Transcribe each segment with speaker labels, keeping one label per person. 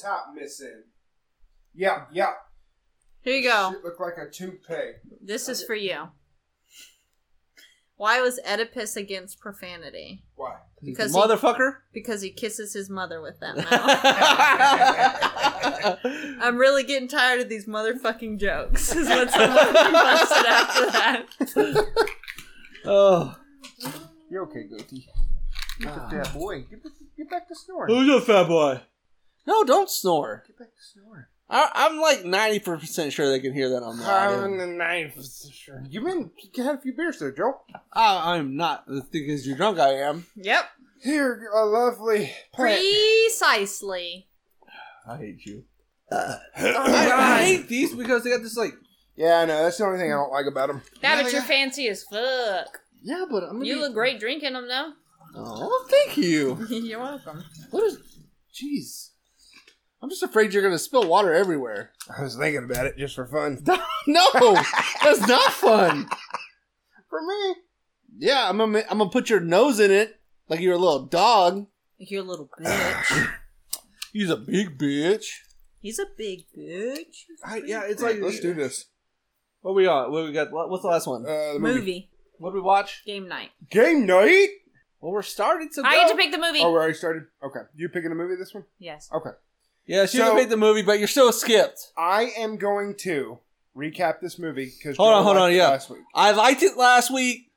Speaker 1: top missing. Yeah, yeah.
Speaker 2: Here you go.
Speaker 1: Shit looked like a toupee.
Speaker 2: This is for you. Why was Oedipus against profanity?
Speaker 1: Why?
Speaker 2: Because he-
Speaker 3: motherfucker.
Speaker 2: Because he kisses his mother with that mouth. I'm really getting tired of these motherfucking jokes. Is what someone busted after that.
Speaker 3: oh,
Speaker 1: You're okay, Goaty.
Speaker 3: Look at that
Speaker 1: boy. Get, back to snoring.
Speaker 3: who's a fat boy? No, don't snore.
Speaker 1: Get back to snoring.
Speaker 3: I, I'm like ninety percent sure they can hear that on
Speaker 1: Um,
Speaker 3: the audio.
Speaker 1: the knife. Sure. You've been you had a few beers there, Joe.
Speaker 3: I, I'm not. The thing is, you're drunk. I am.
Speaker 2: Yep.
Speaker 1: Here, a lovely plant.
Speaker 2: Precisely.
Speaker 3: I hate you. Oh I, I hate these because they got this like.
Speaker 1: Yeah, I know. That's the only thing I don't like about them.
Speaker 2: Now but you're fancy as fuck.
Speaker 3: Yeah, but I'm.
Speaker 2: You look great drinking them, though.
Speaker 3: Oh, thank you.
Speaker 2: you're welcome.
Speaker 3: What is? Jeez, I'm just afraid you're gonna spill water everywhere.
Speaker 1: I was thinking about it just for fun.
Speaker 3: No, that's not fun.
Speaker 1: For me,
Speaker 3: Yeah, I'm gonna I'm gonna put your nose in it like you're a little dog.
Speaker 2: You're a little bitch.
Speaker 3: He's a big bitch.
Speaker 2: He's a big bitch.
Speaker 3: I, yeah, it's like
Speaker 1: let's do this.
Speaker 3: What we on? What we got? what- What's the last one?
Speaker 1: Uh, the movie.
Speaker 2: Movie.
Speaker 3: What did we watch?
Speaker 2: Game night.
Speaker 1: game night.
Speaker 3: Well, we're starting to.
Speaker 2: I get to pick the movie.
Speaker 1: Oh, we already started. Okay, you picking the movie this one?
Speaker 2: Yes.
Speaker 1: Okay,
Speaker 3: Yeah, she
Speaker 1: So-
Speaker 3: can pick the movie, but you're still skipped.
Speaker 1: I am going to recap this movie because
Speaker 3: Hold on, hold on, yeah.
Speaker 1: last week.
Speaker 3: I liked it last week.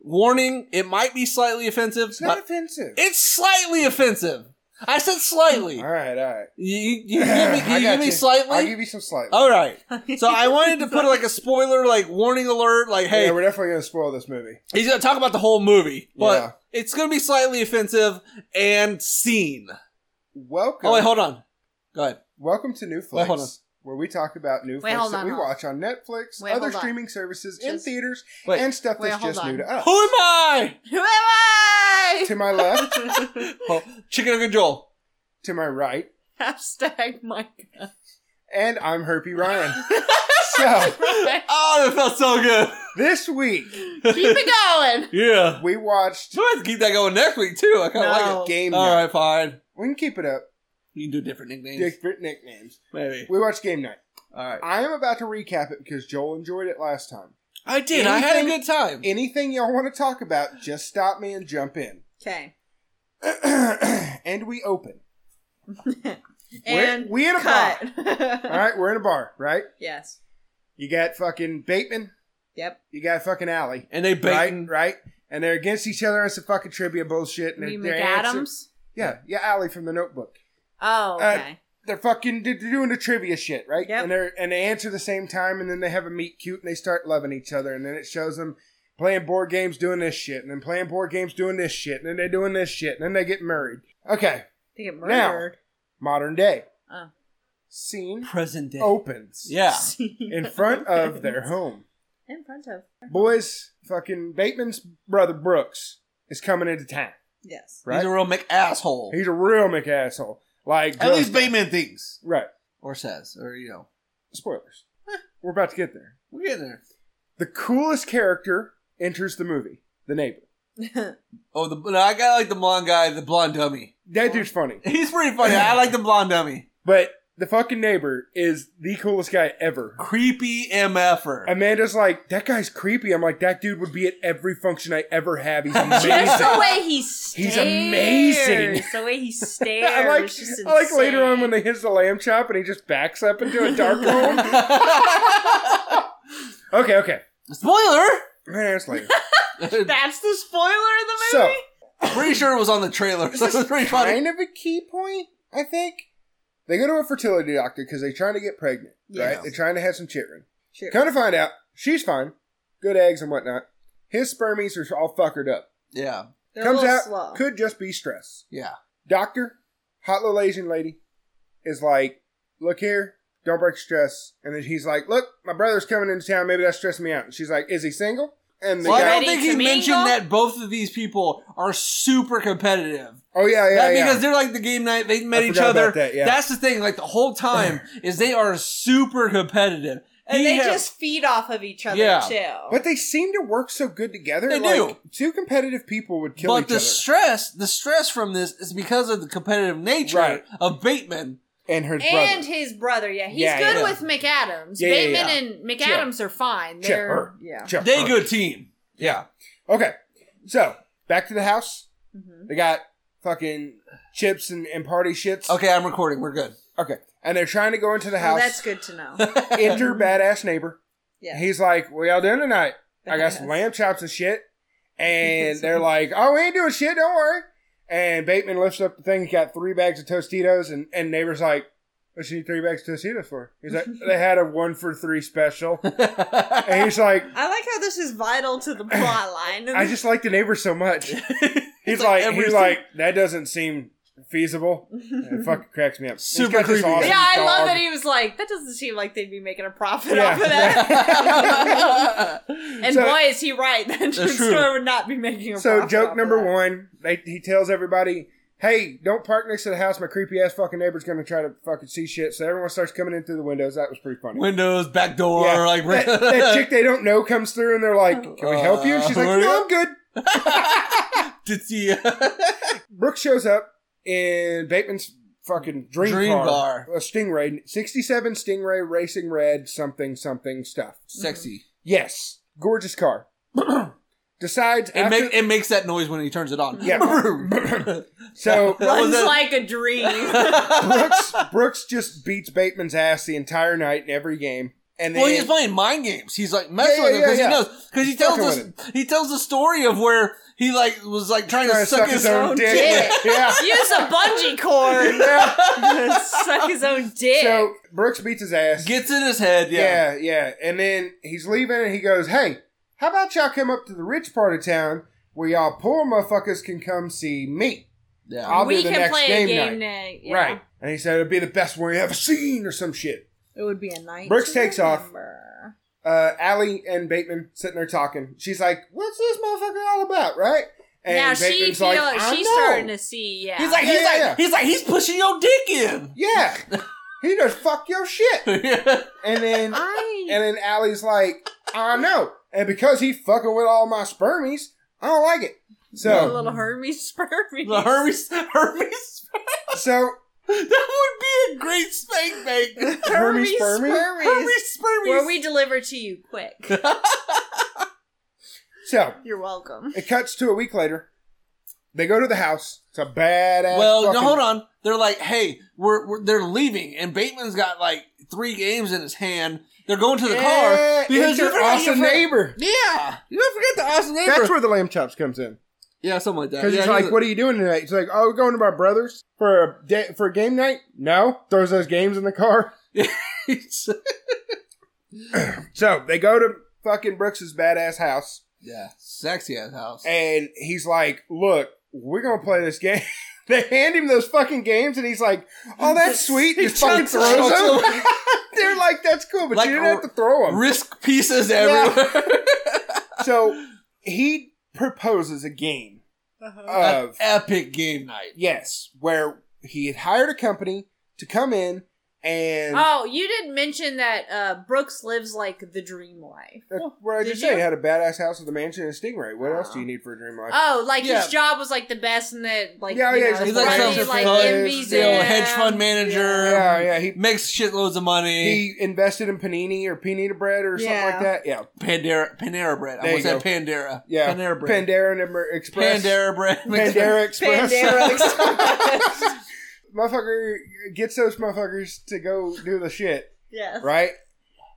Speaker 3: Warning: It might be slightly offensive.
Speaker 1: It's not
Speaker 3: But
Speaker 1: offensive.
Speaker 3: it's slightly offensive. I said slightly.
Speaker 1: all right, all right.
Speaker 3: You, you, you give me,
Speaker 1: I
Speaker 3: you Oh,
Speaker 1: got
Speaker 3: give me
Speaker 1: you. I'll
Speaker 3: slightly.
Speaker 1: give you some slight.
Speaker 3: All right. So I wanted to put like a spoiler, like warning alert, like hey,
Speaker 1: yeah, we're definitely gonna spoil this movie.
Speaker 3: He's gonna talk about the whole movie, but it's gonna be slightly offensive and seen.
Speaker 1: Welcome.
Speaker 3: Oh wait, hold on. Go ahead.
Speaker 1: Welcome to New
Speaker 3: Wait,
Speaker 1: Flicks,
Speaker 3: hold on.
Speaker 1: where we talk about new
Speaker 2: Wait,
Speaker 1: flicks
Speaker 2: hold
Speaker 1: that
Speaker 2: on,
Speaker 1: we
Speaker 2: hold on.
Speaker 1: watch on Netflix,
Speaker 2: Wait,
Speaker 1: other
Speaker 2: hold on.
Speaker 1: streaming services, in
Speaker 2: Just-
Speaker 1: theaters,
Speaker 3: Wait.
Speaker 1: and stuff
Speaker 2: Wait,
Speaker 1: that's
Speaker 2: hold
Speaker 1: just
Speaker 2: on.
Speaker 1: new to us.
Speaker 3: Who am I?
Speaker 2: Who am I?
Speaker 1: to my left,
Speaker 3: Oh, Chicken Nugget Joel.
Speaker 1: to my right,
Speaker 2: Hashtag Micah.
Speaker 1: and I'm Herpy Ryan. so
Speaker 3: Oh, that felt so good.
Speaker 1: this week
Speaker 2: Keep it going.
Speaker 3: yeah.
Speaker 1: we watched.
Speaker 3: So I have to keep that going next week too. I kind of
Speaker 2: No.
Speaker 3: like
Speaker 1: Game
Speaker 3: it. Oh, All
Speaker 1: night.
Speaker 3: right, fine.
Speaker 1: We can keep it up.
Speaker 3: You can do different nicknames,
Speaker 1: Different nicknames.
Speaker 3: maybe.
Speaker 1: We watched game night.
Speaker 3: All right.
Speaker 1: I am about to recap it because Joel enjoyed it last time.
Speaker 3: I did. I had a
Speaker 1: Anything-
Speaker 3: good time.
Speaker 1: Anything y'all want to talk about, just stop me and jump in.
Speaker 2: Okay.
Speaker 1: and we open. We're-
Speaker 2: And
Speaker 1: we in a bar.
Speaker 2: Cut.
Speaker 1: All right, we're in a bar, right?
Speaker 2: Yes.
Speaker 1: You got fucking Bateman.
Speaker 2: Yep.
Speaker 1: You got fucking Alley.
Speaker 3: and they baiting.
Speaker 1: Right, right. And they're against each other on some fucking trivia bullshit. And
Speaker 2: We
Speaker 1: they're, they're answering-
Speaker 2: McAdams.
Speaker 1: Yeah, yeah, Alley from the Notebook.
Speaker 2: Oh,
Speaker 1: Uh,
Speaker 2: okay.
Speaker 1: They're fucking they're doing the trivia shit, right?
Speaker 2: Yep.
Speaker 1: And they're and they answer the same time, and then they have a meet cute, and they start loving each other, and then it shows them playing board games, doing this shit, and then playing board games, doing this shit, and then they're doing this shit, and then they get married. Okay,
Speaker 2: they get
Speaker 1: now-
Speaker 2: murdered.
Speaker 1: modern day
Speaker 2: Oh.
Speaker 1: scene
Speaker 3: Present day.
Speaker 1: Oh. opens
Speaker 3: Yeah.
Speaker 1: in front of their home.
Speaker 2: In front of.
Speaker 1: boys, fucking Bateman's brother Brooks is coming into town.
Speaker 2: Yes.
Speaker 3: He's a
Speaker 1: Right?
Speaker 3: real McAsshole.
Speaker 1: He's a real McAsshole. Like
Speaker 3: At least
Speaker 1: Joe-
Speaker 3: Bateman thinks
Speaker 1: Right.
Speaker 3: or says or you know.
Speaker 1: Spoilers. We're about to get there.
Speaker 3: We're getting there.
Speaker 1: The coolest character enters the movie. The neighbor.
Speaker 3: Oh, the no, I got like the blonde guy, the blonde dummy.
Speaker 1: That dude's funny.
Speaker 3: He's pretty funny. I like the blonde dummy.
Speaker 1: But the fucking neighbor is the coolest guy ever.
Speaker 3: Creepy MFer.
Speaker 1: Amanda's like, that guy's creepy. I'm like, that dude would be at every function I ever have. He's
Speaker 2: Just
Speaker 1: amazing.
Speaker 2: the way he stares.
Speaker 1: amazing.
Speaker 2: The way he stares.
Speaker 1: I like,
Speaker 2: is just
Speaker 1: I like later on when
Speaker 2: insane.
Speaker 1: they hit the lamb chop and he just backs up into a dark room. Okay, okay.
Speaker 3: Spoiler!
Speaker 1: I'm gonna ask later.
Speaker 2: That's the spoiler of the
Speaker 1: So,
Speaker 2: movie?
Speaker 3: pretty sure it was on the trailer, so
Speaker 1: This
Speaker 3: it's
Speaker 1: is
Speaker 3: pretty funny.
Speaker 1: kind of a key point, I think. They go to a fertility doctor because they're trying to get pregnant,
Speaker 3: Yeah.
Speaker 1: right? They're trying to have some children.
Speaker 2: Sure.
Speaker 1: Come to find out, she's fine, good eggs and whatnot. His spermies are all fuckered up.
Speaker 3: Yeah,
Speaker 2: They're a
Speaker 1: Comes
Speaker 2: little
Speaker 1: out,
Speaker 2: slow.
Speaker 1: could just be stress.
Speaker 3: yeah.
Speaker 1: Doctor, hot little Asian lady, is like, look here, don't break stress. And then he's like, look, my brother's coming into town. Maybe that's stressing me out. And she's like, is he single? And the
Speaker 3: Well, I
Speaker 1: guy,
Speaker 3: don't
Speaker 2: Ready
Speaker 3: think
Speaker 2: to
Speaker 3: he
Speaker 2: mingle?
Speaker 3: mentioned that both of these people are super competitive.
Speaker 1: oh yeah, yeah,
Speaker 3: That-
Speaker 1: yeah.
Speaker 3: because they're like the game night, they met
Speaker 1: I
Speaker 3: each
Speaker 1: forgot
Speaker 3: other.
Speaker 1: about that, yeah.
Speaker 3: That's the thing, like the whole time, is they are super competitive.
Speaker 2: and
Speaker 3: He
Speaker 2: they
Speaker 3: has-
Speaker 2: just feed off of each other,
Speaker 3: Yeah.
Speaker 2: too.
Speaker 1: But they seem to work so good together.
Speaker 3: They
Speaker 1: like, Two competitive people would kill
Speaker 3: but
Speaker 1: each
Speaker 3: the
Speaker 1: other.
Speaker 3: stress, the stress from this is because of the competitive nature
Speaker 1: Right.
Speaker 3: of Bateman.
Speaker 1: and her
Speaker 2: and
Speaker 1: brother.
Speaker 2: his brother. Yeah, he's
Speaker 1: Yeah,
Speaker 2: good
Speaker 3: yeah.
Speaker 2: with McAdams.
Speaker 1: Yeah, yeah,
Speaker 2: Bateman and McAdams are fine.
Speaker 1: Sure.
Speaker 2: They're yeah.
Speaker 1: Sure.
Speaker 3: They good team. Yeah.
Speaker 1: Okay, so back to the house.
Speaker 2: Mhm.
Speaker 1: They got fucking chips and, and party shits.
Speaker 3: Okay, I'm recording. We're good.
Speaker 1: Okay, and they're trying to go into the
Speaker 2: Well,
Speaker 1: house.
Speaker 2: Oh, that's good to know.
Speaker 1: Enter badass neighbor.
Speaker 2: Yeah.
Speaker 1: He's like, "What y'all doing tonight?" I got some lamb chops and shit. And they're like, oh, we ain't doing shit, don't worry. And Bateman lifts up the thing. He's got three bags of Tostitos. And, and neighbor's like, what's you need three bags of Tostitos for? He's like, they had a one for three special. And he's like,
Speaker 2: I like how this is vital to the plot line.
Speaker 1: I just like the neighbor so much. He's
Speaker 3: It's
Speaker 1: like,
Speaker 3: like
Speaker 1: he's
Speaker 3: everything-
Speaker 1: like, that doesn't seem feasible. And It fucking cracks me up. He's
Speaker 3: Super
Speaker 1: got this
Speaker 3: creepy.
Speaker 1: awesome
Speaker 2: yeah, I love
Speaker 1: dog.
Speaker 2: that he was like, that doesn't seem like they'd be making a profit
Speaker 1: Yeah.
Speaker 2: off of that. and
Speaker 1: So-
Speaker 2: boy, is he right. That
Speaker 3: true.
Speaker 2: store would not be making a
Speaker 1: So
Speaker 2: profit.
Speaker 1: joke
Speaker 2: off
Speaker 1: number
Speaker 2: of that.
Speaker 1: one, they, he tells everybody, "Hey, don't park next to the house. My creepy ass fucking neighbor's gonna try to fucking see shit." So everyone starts coming in through the windows. That was pretty funny.
Speaker 3: Windows, back door,
Speaker 1: Yeah.
Speaker 3: like
Speaker 1: that, that chick they don't know comes through and they're like, "Can we help you?" And she's like,
Speaker 3: Uh,
Speaker 1: "No, I'm good."
Speaker 3: Did see
Speaker 1: Brooke shows up in Bateman's fucking dream,
Speaker 3: Dream
Speaker 1: car,
Speaker 3: car.
Speaker 1: a Stingray, sixty-seven Stingray Racing Red, something something stuff.
Speaker 3: sexy.
Speaker 1: Yes, gorgeous car. Decides
Speaker 3: It,
Speaker 1: after,
Speaker 3: make, it makes that noise when he turns it on.
Speaker 1: Yeah.
Speaker 3: that
Speaker 1: so
Speaker 3: was
Speaker 2: Runs
Speaker 3: a-
Speaker 2: like a dream.
Speaker 1: Brooks Brooks just beats Bateman's ass the entire night in every game. And then
Speaker 3: well, he's playing mind games. He's like messing
Speaker 1: Yeah,
Speaker 3: with
Speaker 1: yeah,
Speaker 3: him because
Speaker 1: yeah, yeah.
Speaker 3: he knows because he tells
Speaker 1: Fucking
Speaker 3: us he tells the story of where he like was like trying,
Speaker 1: trying
Speaker 3: to suck, his, own dick.
Speaker 2: dick.
Speaker 1: Yeah.
Speaker 2: Use a bungee cord.
Speaker 1: yeah.
Speaker 2: Suck his own dick.
Speaker 1: So Brooks beats his ass.
Speaker 3: Gets in his head. Yeah.
Speaker 1: yeah, yeah. And then he's leaving and he goes, Hey, how about y'all come up to the rich part of town where y'all poor motherfuckers can come see me?
Speaker 3: Yeah.
Speaker 1: I'll
Speaker 2: we
Speaker 1: do the
Speaker 2: can
Speaker 1: next
Speaker 2: play
Speaker 1: game
Speaker 2: a game night.
Speaker 1: night.
Speaker 2: yeah.
Speaker 1: Right. And he said it'd be the best one you ever seen or some shit.
Speaker 2: It would be a night.
Speaker 1: Brooks
Speaker 2: to
Speaker 1: takes off.
Speaker 2: remember.
Speaker 1: Uh Allie and Bateman sitting there talking. She's like, What's this motherfucker all about, right? And
Speaker 2: now she
Speaker 1: Bateman's
Speaker 2: feel
Speaker 1: like, "I
Speaker 2: she's
Speaker 1: know."
Speaker 2: starting to see. Yeah.
Speaker 3: He's like
Speaker 1: Yeah,
Speaker 3: he's
Speaker 1: yeah,
Speaker 3: like
Speaker 1: yeah.
Speaker 3: he's like he's pushing your dick in.
Speaker 1: Yeah. he does fuck your shit. And then
Speaker 2: I.
Speaker 1: And then Allie's like, I know. And because he fucking with all my spermies, I don't like it.
Speaker 2: a
Speaker 1: So
Speaker 2: little Hermes Hermes.
Speaker 3: the Hermes Hermes.
Speaker 1: so
Speaker 3: That would be a great spank bank.
Speaker 1: Hermes spermy?
Speaker 3: Hermes Hermes.
Speaker 2: Where we deliver to you quick.
Speaker 1: so
Speaker 2: You're welcome.
Speaker 1: it cuts to a week later. They go to the house. It's a badass.
Speaker 3: Well,
Speaker 1: fucking,
Speaker 3: no, hold on. They're like, hey, we're, we're they're leaving, and Bateman's got like three games in his hand. They're going to the
Speaker 1: Yeah,
Speaker 3: car because
Speaker 1: it's your
Speaker 3: you forgot- you
Speaker 1: awesome
Speaker 3: forgot-
Speaker 1: neighbor.
Speaker 3: Yeah, you don't forget the awesome neighbor.
Speaker 1: That's where the lamb chops comes in.
Speaker 3: yeah, something like that.
Speaker 1: Because
Speaker 3: yeah,
Speaker 1: he's like, "What are you doing tonight?" He's like, "Oh, we're going to my brother's for a day, for a game night." No, throws those games in the car.
Speaker 3: you?"
Speaker 1: So they go to fucking Brooks's badass house.
Speaker 3: yeah, sexy ass house.
Speaker 1: and he's like, "Look, we're gonna play this game." they hand him those fucking games, and he's like, "Oh, that's sweet." He fucking
Speaker 3: chucks-
Speaker 1: throws them.
Speaker 3: chucks
Speaker 1: They're like, "That's cool," but
Speaker 3: Like,
Speaker 1: you didn't have to throw them.
Speaker 3: Risk pieces everywhere.
Speaker 1: so he proposes a game of
Speaker 3: Epic game night.
Speaker 1: yes, where he had hired a company to come in and.
Speaker 2: Oh, you didn't mention that uh, Brooks lives like the dream life.
Speaker 1: That's what I
Speaker 2: Did
Speaker 1: just said.
Speaker 2: you?
Speaker 1: He had a badass house with a mansion and a stingray. What else do you need for a dream life?
Speaker 2: Oh, like
Speaker 3: Yeah.
Speaker 2: his job was like the best, and that like
Speaker 1: Yeah,
Speaker 2: you
Speaker 1: yeah,
Speaker 2: know,
Speaker 1: he's
Speaker 2: his
Speaker 1: like
Speaker 2: buddy,
Speaker 1: some
Speaker 2: like
Speaker 1: fuzz,
Speaker 2: envies
Speaker 1: you
Speaker 3: you know,
Speaker 2: him.
Speaker 3: hedge fund manager.
Speaker 1: yeah, yeah. He
Speaker 3: Makes shitloads of money.
Speaker 1: he invested in panini or panita bread or something
Speaker 2: Yeah.
Speaker 1: like that. Yeah,
Speaker 3: Pandera, Panera bread. I
Speaker 1: There you
Speaker 3: almost said Pandera.
Speaker 1: yeah.
Speaker 3: Panera bread.
Speaker 1: Pandera and Amer- Express.
Speaker 3: Pandera bread.
Speaker 1: Pandera Express.
Speaker 2: Pandera Express.
Speaker 1: Motherfucker gets those motherfuckers to go do the shit,
Speaker 2: yes.
Speaker 1: right?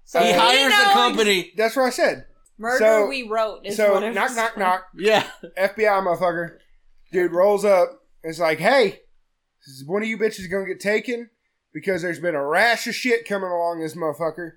Speaker 2: So
Speaker 3: he
Speaker 1: Uh,
Speaker 3: hires
Speaker 2: knows
Speaker 3: a company.
Speaker 1: That's what I said.
Speaker 2: Murder
Speaker 1: So-
Speaker 2: we wrote. Is
Speaker 1: so
Speaker 2: what it
Speaker 1: knock,
Speaker 2: was.
Speaker 1: knock, knock.
Speaker 3: Yeah.
Speaker 1: FBI motherfucker. Dude rolls up. and It's like, hey, is one of you bitches gonna get taken because there's been a rash of shit coming along this motherfucker.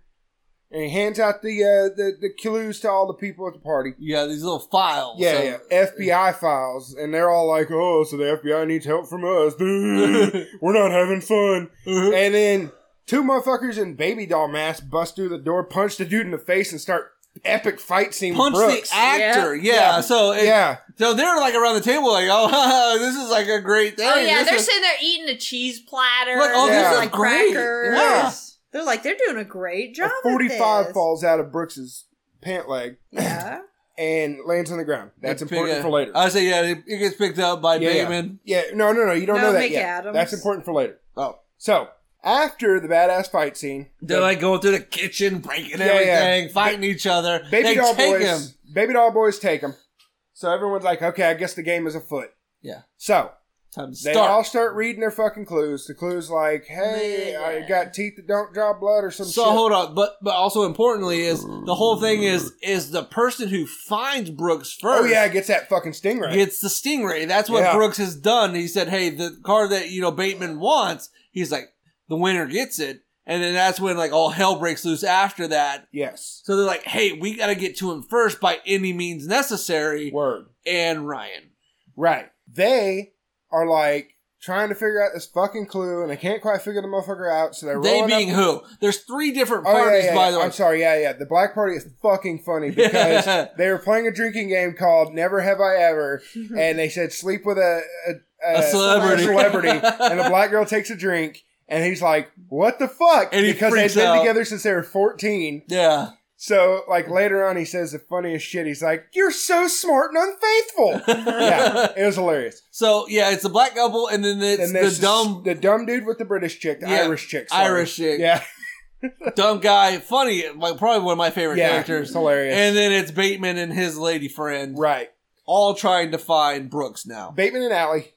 Speaker 1: And he hands out the uh, the the clues to all the people at the party.
Speaker 3: Yeah, these little files.
Speaker 1: Yeah,
Speaker 3: So-
Speaker 1: yeah, FBI files, and they're all like, "Oh, so the FBI needs help from us. We're not having fun." And then two motherfuckers in baby doll masks bust through the door, punch the dude in the face, and start epic fight scene. with
Speaker 3: Punch the
Speaker 1: Brooks.
Speaker 3: actor. Yeah.
Speaker 1: Yeah.
Speaker 3: So it,
Speaker 1: yeah,
Speaker 3: so they're like around the table like, oh, this is like a great thing.
Speaker 2: Oh yeah,
Speaker 3: This
Speaker 2: they're
Speaker 3: is-
Speaker 2: sitting there eating a cheese platter.
Speaker 3: Like,
Speaker 1: oh,
Speaker 2: and
Speaker 1: this is
Speaker 2: like
Speaker 3: great.
Speaker 2: crackers.
Speaker 1: Yeah.
Speaker 2: They're like they're doing a great
Speaker 1: a
Speaker 2: job. with
Speaker 1: forty-five
Speaker 2: this.
Speaker 1: falls out of Brooks's pant leg
Speaker 2: Yeah.
Speaker 1: and lands on the ground. That's
Speaker 3: Pick
Speaker 1: important
Speaker 3: a- uh,
Speaker 1: for later.
Speaker 3: I say, yeah, it, it gets picked up by
Speaker 1: Yeah, yeah.
Speaker 3: Bateman.
Speaker 1: yeah, no, no, no, you don't
Speaker 2: No,
Speaker 1: know that
Speaker 2: Mick
Speaker 1: yet.
Speaker 2: Adams.
Speaker 1: That's important for later.
Speaker 3: Oh.
Speaker 1: So After the badass fight scene,
Speaker 3: They're
Speaker 1: the
Speaker 3: like going through the kitchen, breaking
Speaker 1: Yeah, yeah.
Speaker 3: everything, fighting each other.
Speaker 1: baby
Speaker 3: they
Speaker 1: doll
Speaker 3: take
Speaker 1: boys,
Speaker 3: him.
Speaker 1: baby doll boys take him. So everyone's like, okay, I guess the game is afoot.
Speaker 3: Yeah.
Speaker 1: So
Speaker 3: Time to
Speaker 1: they
Speaker 3: start.
Speaker 1: all start reading their fucking clues. The clues like, hey, I
Speaker 2: Yeah.
Speaker 1: got teeth that don't draw blood or some
Speaker 3: so
Speaker 1: shit.
Speaker 3: hold on, but but also importantly is the whole thing is is the person who finds Brooks first.
Speaker 1: oh yeah, gets that fucking stingray.
Speaker 3: gets the stingray. That's what
Speaker 1: Yeah.
Speaker 3: Brooks has done. He said, "Hey, the car that you know Bateman wants." He's like, "The winner gets it," and then that's when like all hell breaks loose after that.
Speaker 1: yes.
Speaker 3: So they're like, "Hey, we got to get to him first by any means necessary."
Speaker 1: Word.
Speaker 3: And Ryan,
Speaker 1: Right. They are like trying to figure out this fucking clue, and they can't quite figure the motherfucker out. So they're
Speaker 3: they
Speaker 1: rolling
Speaker 3: being
Speaker 1: up.
Speaker 3: who? There's three different
Speaker 1: Oh yeah,
Speaker 3: parties,
Speaker 1: yeah, yeah.
Speaker 3: by the way.
Speaker 1: I'm sorry. Yeah, yeah. The black party is fucking funny because
Speaker 3: Yeah.
Speaker 1: they were playing a drinking game called "Never Have I Ever,"
Speaker 2: Hmm.
Speaker 1: and they said sleep with a a,
Speaker 3: A celebrity.
Speaker 1: a celebrity, and the black girl takes a drink. And he's like, "What the fuck?"
Speaker 3: And he
Speaker 1: because they've
Speaker 3: freaks
Speaker 1: been
Speaker 3: out.
Speaker 1: together since they were fourteen.
Speaker 3: Yeah,
Speaker 1: So, like later on, he says the funniest shit. He's like, "You're so smart and unfaithful." yeah, it was hilarious.
Speaker 3: So yeah, it's the black couple, and then it's
Speaker 1: And there's
Speaker 3: the dumb
Speaker 1: the dumb dude with the British chick, the
Speaker 3: Yeah,
Speaker 1: Irish chick, sorry.
Speaker 3: Irish chick.
Speaker 1: Yeah,
Speaker 3: dumb guy, funny, like probably one of my favorite
Speaker 1: yeah, it's
Speaker 3: characters.
Speaker 1: hilarious.
Speaker 3: And then it's Bateman and his lady friend,
Speaker 1: right,
Speaker 3: all trying to find Brooks now.
Speaker 1: Bateman and Allie,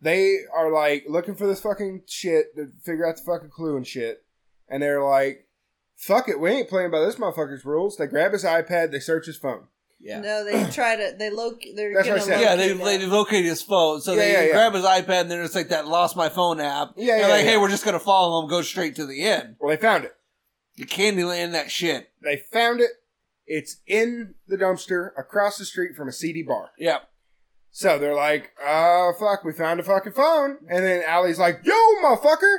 Speaker 1: they are like looking for this fucking shit to figure out the fucking clue and shit. And they're like, fuck it, we ain't playing by this motherfucker's rules. They grab his iPad, they search his phone.
Speaker 3: Yeah,
Speaker 2: No, they try to. They locate. They're
Speaker 1: That's
Speaker 2: gonna
Speaker 1: what I said.
Speaker 3: yeah, they,
Speaker 2: locate
Speaker 3: they
Speaker 2: him.
Speaker 3: located his phone, so
Speaker 1: Yeah,
Speaker 3: they
Speaker 1: yeah, yeah.
Speaker 3: grab his iPad, and they're just like that "lost my phone" app.
Speaker 1: Yeah,
Speaker 3: they're
Speaker 1: yeah,
Speaker 3: like,
Speaker 1: yeah.
Speaker 3: "Hey, we're just gonna follow him, go straight to the end."
Speaker 1: Well, they found it.
Speaker 3: You Candyland that shit.
Speaker 1: They found it. It's in the dumpster across the street from a CD bar.
Speaker 3: Yeah,
Speaker 1: So they're like, oh, fuck, we found a fucking phone. And then Allie's like, yo, motherfucker,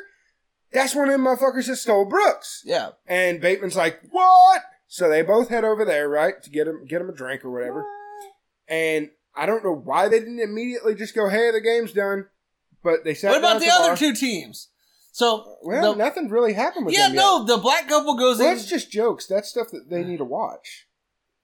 Speaker 1: that's one of them motherfuckers that stole Brooks.
Speaker 3: yeah.
Speaker 1: And Bateman's like, "What?" So they both head over there, right, to get him get him a drink or whatever. And I don't know why they didn't immediately just go, "Hey, the game's done." But they said,
Speaker 3: what about the other two teams? So
Speaker 1: Well,
Speaker 3: the-
Speaker 1: nothing really happened with
Speaker 3: yeah,
Speaker 1: them.
Speaker 3: no, the black couple goes
Speaker 1: yet. Well,
Speaker 3: in.
Speaker 1: that's just jokes. That's stuff that they need to watch.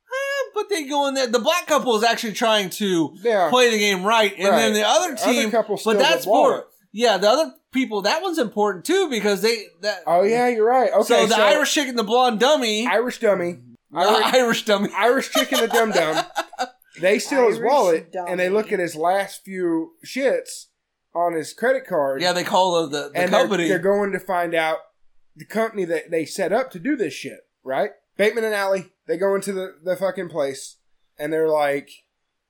Speaker 3: Eh, but they go in there. The black couple is actually trying to
Speaker 1: They are
Speaker 3: play the game right, and
Speaker 1: Right.
Speaker 3: then the other
Speaker 1: Other
Speaker 3: team.
Speaker 1: couple steal
Speaker 3: but
Speaker 1: the
Speaker 3: that's
Speaker 1: wallet.
Speaker 3: for yeah. The other people. That one's important too because they. That,
Speaker 1: Oh yeah, you're right. Okay,
Speaker 3: so the Irish chick and the blonde dummy,
Speaker 1: Irish dummy, Irish,
Speaker 3: Irish, dummy.
Speaker 1: Irish chick and the dum dum, they steal his
Speaker 2: Irish
Speaker 1: wallet
Speaker 2: dummy.
Speaker 1: and they look at his last few shits on his credit card.
Speaker 3: Yeah, they call the the, the
Speaker 1: and they're-
Speaker 3: company.
Speaker 1: They're, going to find out the company that they set up to do this shit, right? Bateman and Alley, they go into the, the fucking place and they're like,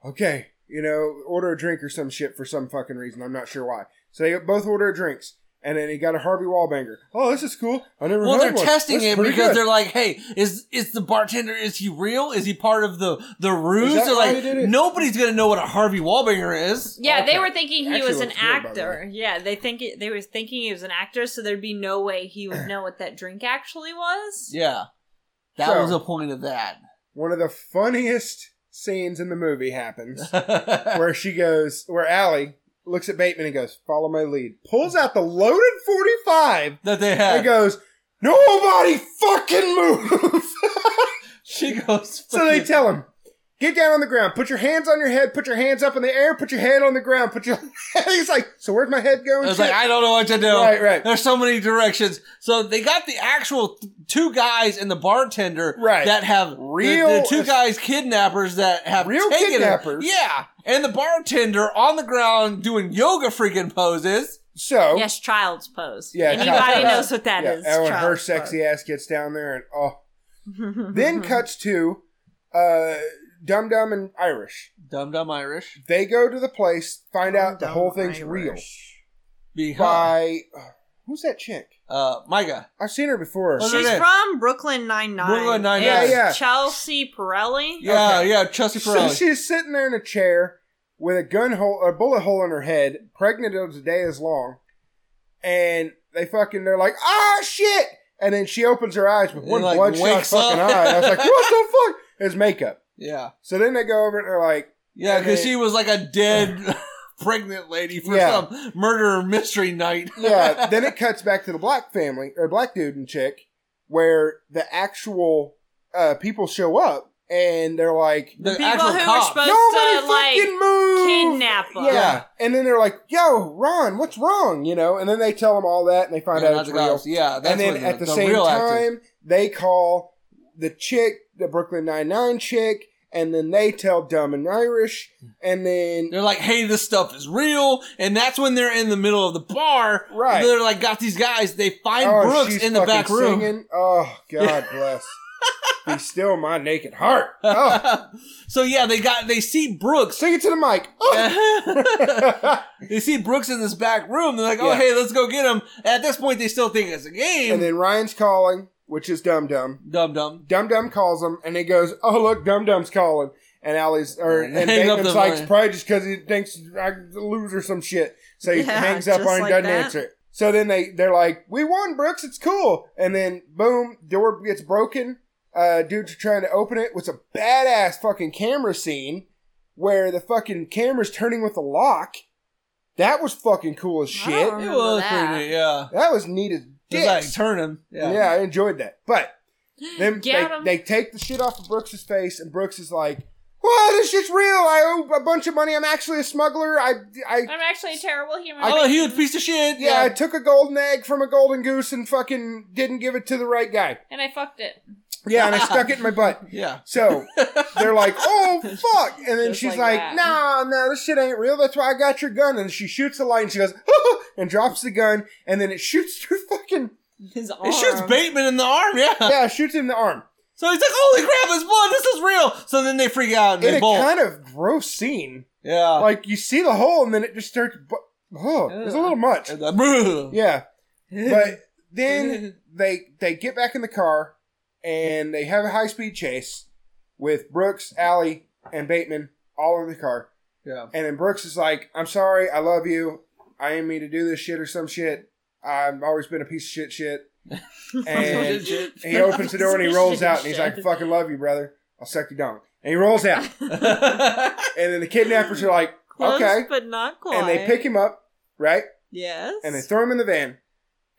Speaker 1: okay, you know, order a drink or some shit for some fucking reason. I'm not sure why. So they both order drinks. And then he got a Harvey Wallbanger. Oh, this is cool. I never
Speaker 3: well,
Speaker 1: had
Speaker 3: they're
Speaker 1: one.
Speaker 3: testing
Speaker 1: That's
Speaker 3: him
Speaker 1: pretty
Speaker 3: because
Speaker 1: good."
Speaker 3: they're like, "Hey, is is the bartender? Is he real? Is he part of the the ruse?"
Speaker 1: that
Speaker 3: They're
Speaker 1: why
Speaker 3: like,
Speaker 1: they did it?
Speaker 3: "Nobody's gonna know what a Harvey Wallbanger is."
Speaker 2: Yeah,
Speaker 1: Okay.
Speaker 2: they were thinking he
Speaker 1: Actually
Speaker 2: was an
Speaker 1: looks good, by the
Speaker 2: actor. Yeah, they think it, they were thinking he was an actor, so there'd be no way he would know what that drink actually was.
Speaker 3: Yeah, that
Speaker 1: So-
Speaker 3: was the point of that.
Speaker 1: one of the funniest scenes in the movie happens where she goes, where Allie looks at Bateman and goes, follow my lead. Pulls out the loaded 45
Speaker 3: that they
Speaker 1: and
Speaker 3: had.
Speaker 1: goes, Nobody fucking move.
Speaker 3: she goes.
Speaker 1: so they tell him, Get down on the ground, put your hands on your head, put your hands up in the air, put your head on the ground, put your. He's like, So where's my head
Speaker 3: I
Speaker 1: going?
Speaker 3: was
Speaker 1: Shit."
Speaker 3: like, I don't know what to do.
Speaker 1: Right, right.
Speaker 3: There's so many directions. So they got the actual th- two guys and the bartender
Speaker 1: Right.
Speaker 3: that have
Speaker 1: Real-
Speaker 3: the, the two guys kidnappers that have
Speaker 1: Real
Speaker 3: taken him.
Speaker 1: kidnappers.
Speaker 3: Yeah, and the bartender on the ground doing yoga freaking poses.
Speaker 1: so.
Speaker 2: Yes, child's pose.
Speaker 1: Yeah,
Speaker 2: Anybody
Speaker 1: child's pose.
Speaker 2: knows what that
Speaker 1: yeah,
Speaker 2: is.
Speaker 1: oh, and her
Speaker 2: child's
Speaker 1: sexy ass gets down there and oh.
Speaker 2: pose.
Speaker 1: Then cuts to uh, Dum Dum and Irish.
Speaker 3: Dum Dum Irish.
Speaker 1: They go to the place, find out the
Speaker 2: Dum
Speaker 1: whole thing's
Speaker 2: Irish.
Speaker 1: real.
Speaker 3: Being
Speaker 1: By. uh, Who's that chick?
Speaker 3: uh, Micah.
Speaker 1: I've seen her before.
Speaker 3: Well,
Speaker 2: She's
Speaker 3: Brooklyn.
Speaker 2: from Brooklyn Nine Nine.
Speaker 3: Brooklyn Nine-Nine.
Speaker 1: Yeah, yeah.
Speaker 2: Chelsea Pirelli.
Speaker 3: Yeah,
Speaker 1: Okay.
Speaker 3: yeah, Chelsea
Speaker 1: So
Speaker 3: Perrelli.
Speaker 1: she's sitting there in a chair with a gun hole, a bullet hole in her head, pregnant as a day is long, and they fucking they're like, ah shit, and then she opens her eyes with
Speaker 3: And,
Speaker 1: one
Speaker 3: like,
Speaker 1: bloodshot
Speaker 3: wakes up.
Speaker 1: fucking eye. I was like, what the fuck? It's makeup.
Speaker 3: yeah,
Speaker 1: So then they go over and they're like,
Speaker 3: yeah,
Speaker 1: And
Speaker 3: because
Speaker 1: they-
Speaker 3: she was like a dead pregnant lady for
Speaker 1: Yeah.
Speaker 3: some murder mystery night.
Speaker 1: yeah. then it cuts back to the black family or black dude and chick, where the actual uh, people show up and they're like,
Speaker 3: the
Speaker 2: People
Speaker 3: actual
Speaker 2: who
Speaker 3: cops.
Speaker 2: were supposed
Speaker 1: nobody
Speaker 2: to
Speaker 1: fucking
Speaker 2: uh, like
Speaker 1: move,
Speaker 2: kidnap 'em.
Speaker 1: Yeah,
Speaker 3: Yeah.
Speaker 1: and then they're like, "Yo, Ron, what's wrong?" You know, and then they tell them all that, and they find
Speaker 3: Yeah,
Speaker 1: out
Speaker 3: not
Speaker 1: it's
Speaker 3: the
Speaker 1: real.
Speaker 3: cops. Yeah, that's
Speaker 1: And then
Speaker 3: what
Speaker 1: at the, same
Speaker 3: real actors-
Speaker 1: time, they call the chick, the Brooklyn Nine Nine chick, and then they tell Dumb and Irish, and then
Speaker 3: They're like, hey, this stuff is real. And that's when they're in the middle of the bar.
Speaker 1: Right.
Speaker 3: They're like, got these guys. They find
Speaker 1: oh,
Speaker 3: Brooks
Speaker 1: she's
Speaker 3: in the
Speaker 1: fucking
Speaker 3: back room.
Speaker 1: Singing. Oh God bless. Be still my naked heart. Oh,
Speaker 3: so yeah, they got, they see Brooks.
Speaker 1: sing it to the mic. Oh.
Speaker 3: they see Brooks in this back room. They're like, oh,
Speaker 1: Yeah.
Speaker 3: hey, let's go get him. At this point, they still think it's a game.
Speaker 1: and then Ryan's calling, which is Dum Dum.
Speaker 3: Dum Dum.
Speaker 1: Dum Dum calls him, and he goes, "Oh look, Dum Dum's calling." And Allie's or
Speaker 3: And
Speaker 1: and,
Speaker 3: hang up the
Speaker 1: Bateman's like, "It's
Speaker 3: phone."
Speaker 1: probably just because he thinks I lose or some shit." So he
Speaker 2: Yeah,
Speaker 1: hangs up
Speaker 2: just
Speaker 1: on and
Speaker 2: like
Speaker 1: doesn't
Speaker 2: that.
Speaker 1: answer it. So then they they're like, "We won, Brooks. It's cool." And then boom, door gets broken. Uh, dudes are trying to open it. What's a badass fucking camera scene where the fucking camera's turning with the lock. That was fucking cool as
Speaker 2: I
Speaker 1: shit.
Speaker 2: don't
Speaker 3: It
Speaker 2: remember
Speaker 3: was
Speaker 2: that.
Speaker 3: pretty, yeah.
Speaker 1: That was neat as
Speaker 3: Just
Speaker 1: dicks.
Speaker 3: like turn him.
Speaker 1: Yeah.
Speaker 3: Yeah.
Speaker 1: I enjoyed that. But then they,
Speaker 2: Get 'em.
Speaker 1: they take the shit off of Brooks's face, and Brooks is like, "Well, this shit's real. I owe a bunch of money. I'm actually a smuggler. I, I,
Speaker 4: I'm actually a terrible human.
Speaker 3: Oh, he was a piece of shit.
Speaker 1: yeah, I took a golden egg from a golden goose and fucking didn't give it to the right guy.
Speaker 4: and I fucked it.
Speaker 1: Yeah, and I stuck it in my butt.
Speaker 3: Yeah.
Speaker 1: So they're like, "Oh fuck!" And then
Speaker 4: Just
Speaker 1: she's
Speaker 4: like
Speaker 1: like,
Speaker 4: that.
Speaker 1: "Nah, nah, this shit ain't real. That's why I got your gun." And she shoots the light, and she goes, and drops the gun, and then it shoots through fucking
Speaker 2: His arm.
Speaker 3: It shoots Bateman in the arm, yeah.
Speaker 1: yeah, it shoots him in the arm.
Speaker 3: So he's like, holy crap, it's blood, this is real. So then they freak out and
Speaker 1: In
Speaker 3: they
Speaker 1: a
Speaker 3: bolt.
Speaker 1: kind of gross scene.
Speaker 3: yeah.
Speaker 1: like you see the hole and then it just starts. bu- Oh, it's a little much.
Speaker 3: And the- Bruh.
Speaker 1: Yeah, but then they they get back in the car and they have a high speed chase with Brooks, Allie, and Bateman all in the car.
Speaker 3: Yeah.
Speaker 1: And then Brooks is like, "I'm sorry, I love you. I didn't mean to do this shit or some shit. I've always been a piece of shit, shit." And he opens the door and he rolls out and he's like, "I "Fucking love you, brother. I'll suck your dong." And he rolls out. And then the kidnappers are like,
Speaker 2: Close,
Speaker 1: "Okay,"
Speaker 2: but not quite.
Speaker 1: and they pick him up, right?
Speaker 2: Yes.
Speaker 1: and they throw him in the van.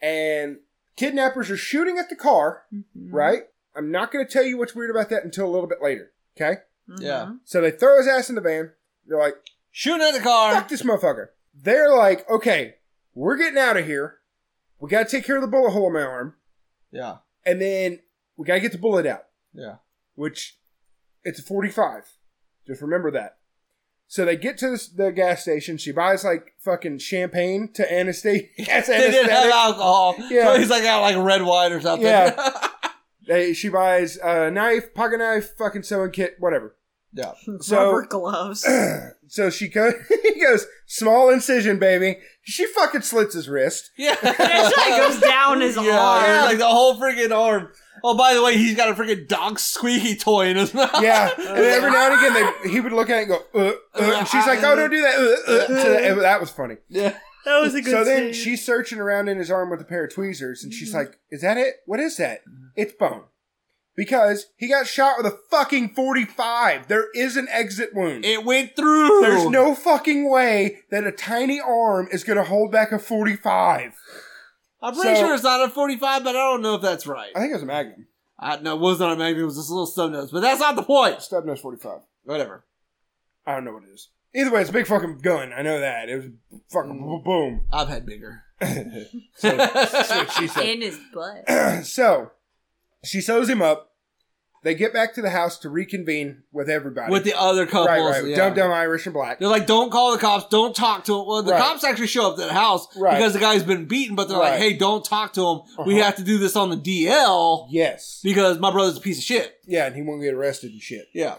Speaker 1: And kidnappers are shooting at the car,
Speaker 2: Mhm.
Speaker 1: right? I'm not going to tell you what's weird about that until a little bit later, okay?
Speaker 2: Mhm.
Speaker 3: Yeah.
Speaker 1: So they throw his ass in the van. They're like,
Speaker 3: Shooting at the car.
Speaker 1: fuck this motherfucker. They're like, okay, we're getting out of here. We got to take care of the bullet hole in my arm.
Speaker 3: Yeah.
Speaker 1: And then we got to get the bullet out.
Speaker 3: Yeah.
Speaker 1: Which, it's a 45. Just remember that. So they get to this, the gas station. She buys like fucking champagne to anesthesia. as
Speaker 3: They didn't have
Speaker 1: anesthetic.
Speaker 3: alcohol.
Speaker 1: Yeah.
Speaker 3: So he's like got like red wine or something.
Speaker 1: Yeah. They, she buys a knife, pocket knife, fucking sewing kit, whatever.
Speaker 3: yeah.
Speaker 1: So-
Speaker 2: Rubber gloves.
Speaker 1: So she goes, he goes, small incision, baby. She fucking slits his wrist.
Speaker 3: Yeah.
Speaker 2: That's why it goes down his
Speaker 3: yeah.
Speaker 2: arm.
Speaker 3: Like the whole freaking arm. Oh, by the way, he's got a freaking dog squeaky toy in his mouth.
Speaker 1: Yeah. And every now and again, they, he would look at it and go, uh, uh, and she's like, oh, don't do that. Uh, uh, to the- and that was funny.
Speaker 3: Yeah.
Speaker 2: That was a good
Speaker 1: So then
Speaker 2: scene. Mm-hmm.
Speaker 1: she's searching around in his arm with a pair of tweezers, and she's like, is that it? What is that? It's bone. Because he got shot with a fucking 45. There is an exit wound.
Speaker 3: It went through.
Speaker 1: There's no fucking way that a tiny arm is going to hold back a 45.
Speaker 3: I'm pretty
Speaker 1: So-
Speaker 3: sure it's not a 45, but I don't know if that's right.
Speaker 1: I think it was a Magnum.
Speaker 3: I no, it was not a magnum. It was just a little sub nose, but that's not the point.
Speaker 1: Stub nose 45.
Speaker 3: Whatever.
Speaker 1: I don't know what it is. Either way, it's a big fucking gun. I know that. It was fucking b- boom.
Speaker 3: I've had bigger.
Speaker 1: So, that's what she said.
Speaker 2: in his butt.
Speaker 1: so, she sews him up. They get back to the house to reconvene with everybody.
Speaker 3: With the other couples,
Speaker 1: right, right.
Speaker 3: yeah.
Speaker 1: Dumb, dumb Irish and black.
Speaker 3: They're like, don't call the cops, don't talk to him. Well, the
Speaker 1: Right.
Speaker 3: cops actually show up to the house
Speaker 1: Right.
Speaker 3: because the guy's been beaten, but they're like,
Speaker 1: Right.
Speaker 3: hey, don't talk to him. We
Speaker 1: Uh-huh.
Speaker 3: have to do this on the DL
Speaker 1: Yes.
Speaker 3: because my brother's a piece of shit.
Speaker 1: Yeah, and he won't get arrested and shit.
Speaker 3: Yeah.